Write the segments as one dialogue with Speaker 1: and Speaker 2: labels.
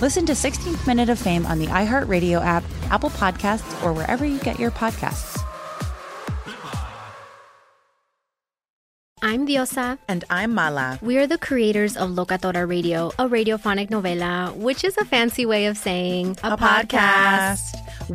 Speaker 1: Listen to 16th Minute of Fame on the iHeartRadio app, Apple Podcasts, or wherever you get your podcasts.
Speaker 2: I'm Diosa.
Speaker 3: And I'm Mala.
Speaker 2: We are the creators of Locatora Radio, a radiophonic novela, which is a fancy way of saying
Speaker 3: a, a podcast. podcast.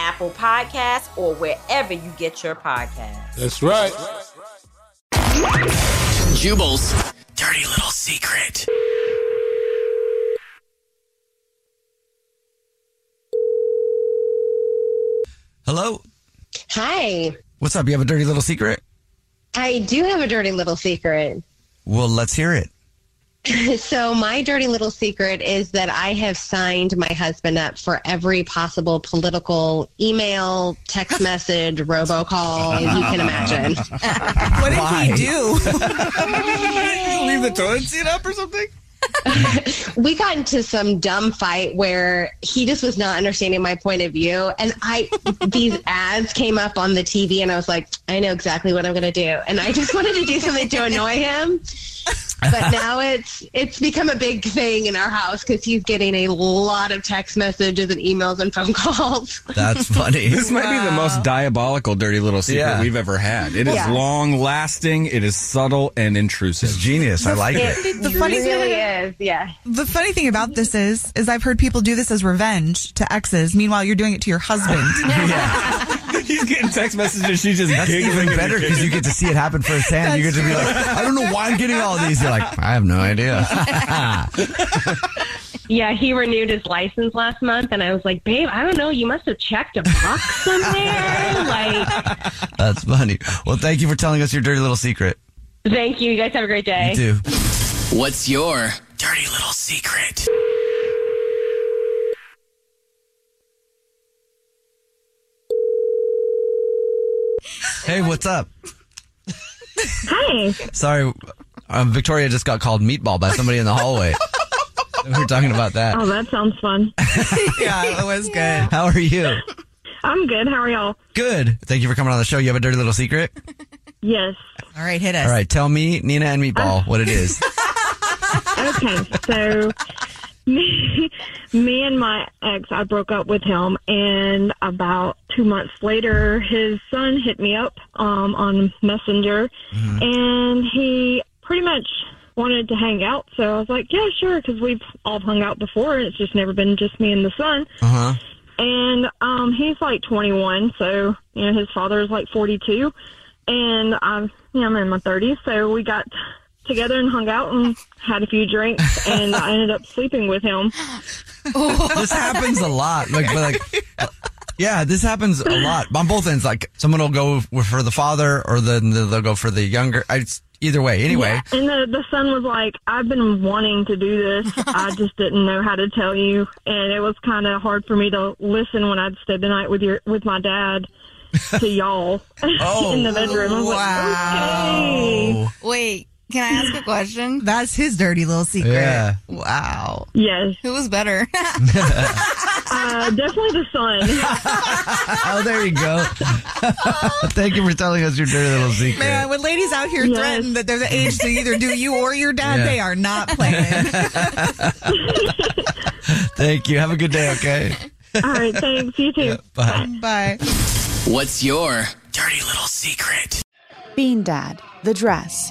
Speaker 4: Apple Podcasts, or wherever you get your podcasts.
Speaker 5: That's right.
Speaker 6: Jubal's dirty little secret. Hello.
Speaker 7: Hi.
Speaker 6: What's up? You have a dirty little secret?
Speaker 7: I do have a dirty little secret.
Speaker 6: Well, let's hear it.
Speaker 7: So, my dirty little secret is that I have signed my husband up for every possible political email, text message, robocall you can imagine.
Speaker 3: what did Why? he do?
Speaker 6: Leave the toilet seat up or something?
Speaker 7: we got into some dumb fight where he just was not understanding my point of view and i these ads came up on the tv and i was like i know exactly what i'm going to do and i just wanted to do something to annoy him but now it's it's become a big thing in our house because he's getting a lot of text messages and emails and phone calls
Speaker 6: that's funny
Speaker 8: this might wow. be the most diabolical dirty little secret yeah. we've ever had it is yeah. long lasting it is subtle and intrusive
Speaker 6: it's genius i like it,
Speaker 7: it. the funny thing really is yeah
Speaker 9: the funny thing about this is is i've heard people do this as revenge to exes meanwhile you're doing it to your husband yeah.
Speaker 8: He's getting text messages. She's just That's giggling.
Speaker 6: Even better because you get to see it happen firsthand. That's you get to be like, I don't know why I'm getting all these. You're like, I have no idea.
Speaker 7: yeah, he renewed his license last month, and I was like, babe, I don't know. You must have checked a box somewhere. like,
Speaker 6: that's funny. Well, thank you for telling us your dirty little secret.
Speaker 7: Thank you. You guys have a great day.
Speaker 6: You too. What's your dirty little secret? Hey, what's up?
Speaker 7: Hi.
Speaker 6: Sorry, um, Victoria just got called meatball by somebody in the hallway. we were talking about that.
Speaker 7: Oh, that sounds fun.
Speaker 9: yeah, it was yeah.
Speaker 6: good. How are you?
Speaker 7: I'm good. How are y'all?
Speaker 6: Good. Thank you for coming on the show. You have a dirty little secret?
Speaker 7: Yes.
Speaker 9: All right, hit us.
Speaker 6: All right, tell me, Nina and Meatball, uh, what it is.
Speaker 7: okay, so me, me and my ex, I broke up with him, and about two months later, his son hit me up um, on Messenger, mm-hmm. and he pretty much wanted to hang out. So I was like, "Yeah, sure," because we've all hung out before, and it's just never been just me and the son.
Speaker 6: Uh-huh.
Speaker 7: And um, he's like 21, so you know his father is like 42, and I'm you know, I'm in my 30s, so we got together and hung out and had a few drinks and I ended up sleeping with him.
Speaker 6: this happens a lot. Like, like, yeah, this happens a lot on both ends. Like, someone will go for the father, or then they'll go for the younger. I,
Speaker 8: Either way, anyway.
Speaker 7: Yeah, and the, the son was like, I've been wanting to do this. I just didn't know how to tell you. And it was kind of hard for me to listen when I'd stayed the night with your with my dad to y'all in the bedroom. I was like, okay.
Speaker 10: Wait, can I ask a question?
Speaker 6: That's his dirty little secret.
Speaker 8: Yeah.
Speaker 6: Wow.
Speaker 7: Yes.
Speaker 10: Who was better?
Speaker 7: uh, definitely the son.
Speaker 8: Oh, there you go. Thank you for telling us your dirty little secret.
Speaker 6: Man, when ladies out here threaten that they're the age to either do you or your dad,
Speaker 8: Yeah.
Speaker 6: they are not playing.
Speaker 8: Thank you. Have a good day, okay?
Speaker 7: All right, thanks. You too.
Speaker 8: Bye.
Speaker 6: Bye.
Speaker 11: What's your dirty little secret?
Speaker 1: Bean Dad, The Dress,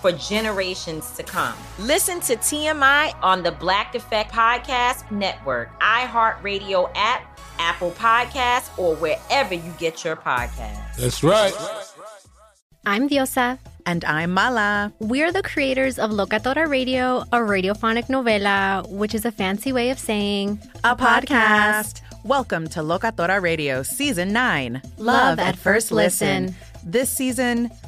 Speaker 4: for generations to come. Listen to TMI on the Black Effect Podcast Network, iHeartRadio app, Apple Podcasts, or wherever you get your podcasts.
Speaker 12: That's right.
Speaker 2: I'm Diosa.
Speaker 3: And I'm Mala.
Speaker 2: We are the creators of Locatora Radio, a radiophonic novela, which is a fancy way of saying
Speaker 3: a podcast. Welcome to Locatora Radio Season 9
Speaker 2: Love at First Listen.
Speaker 3: This season,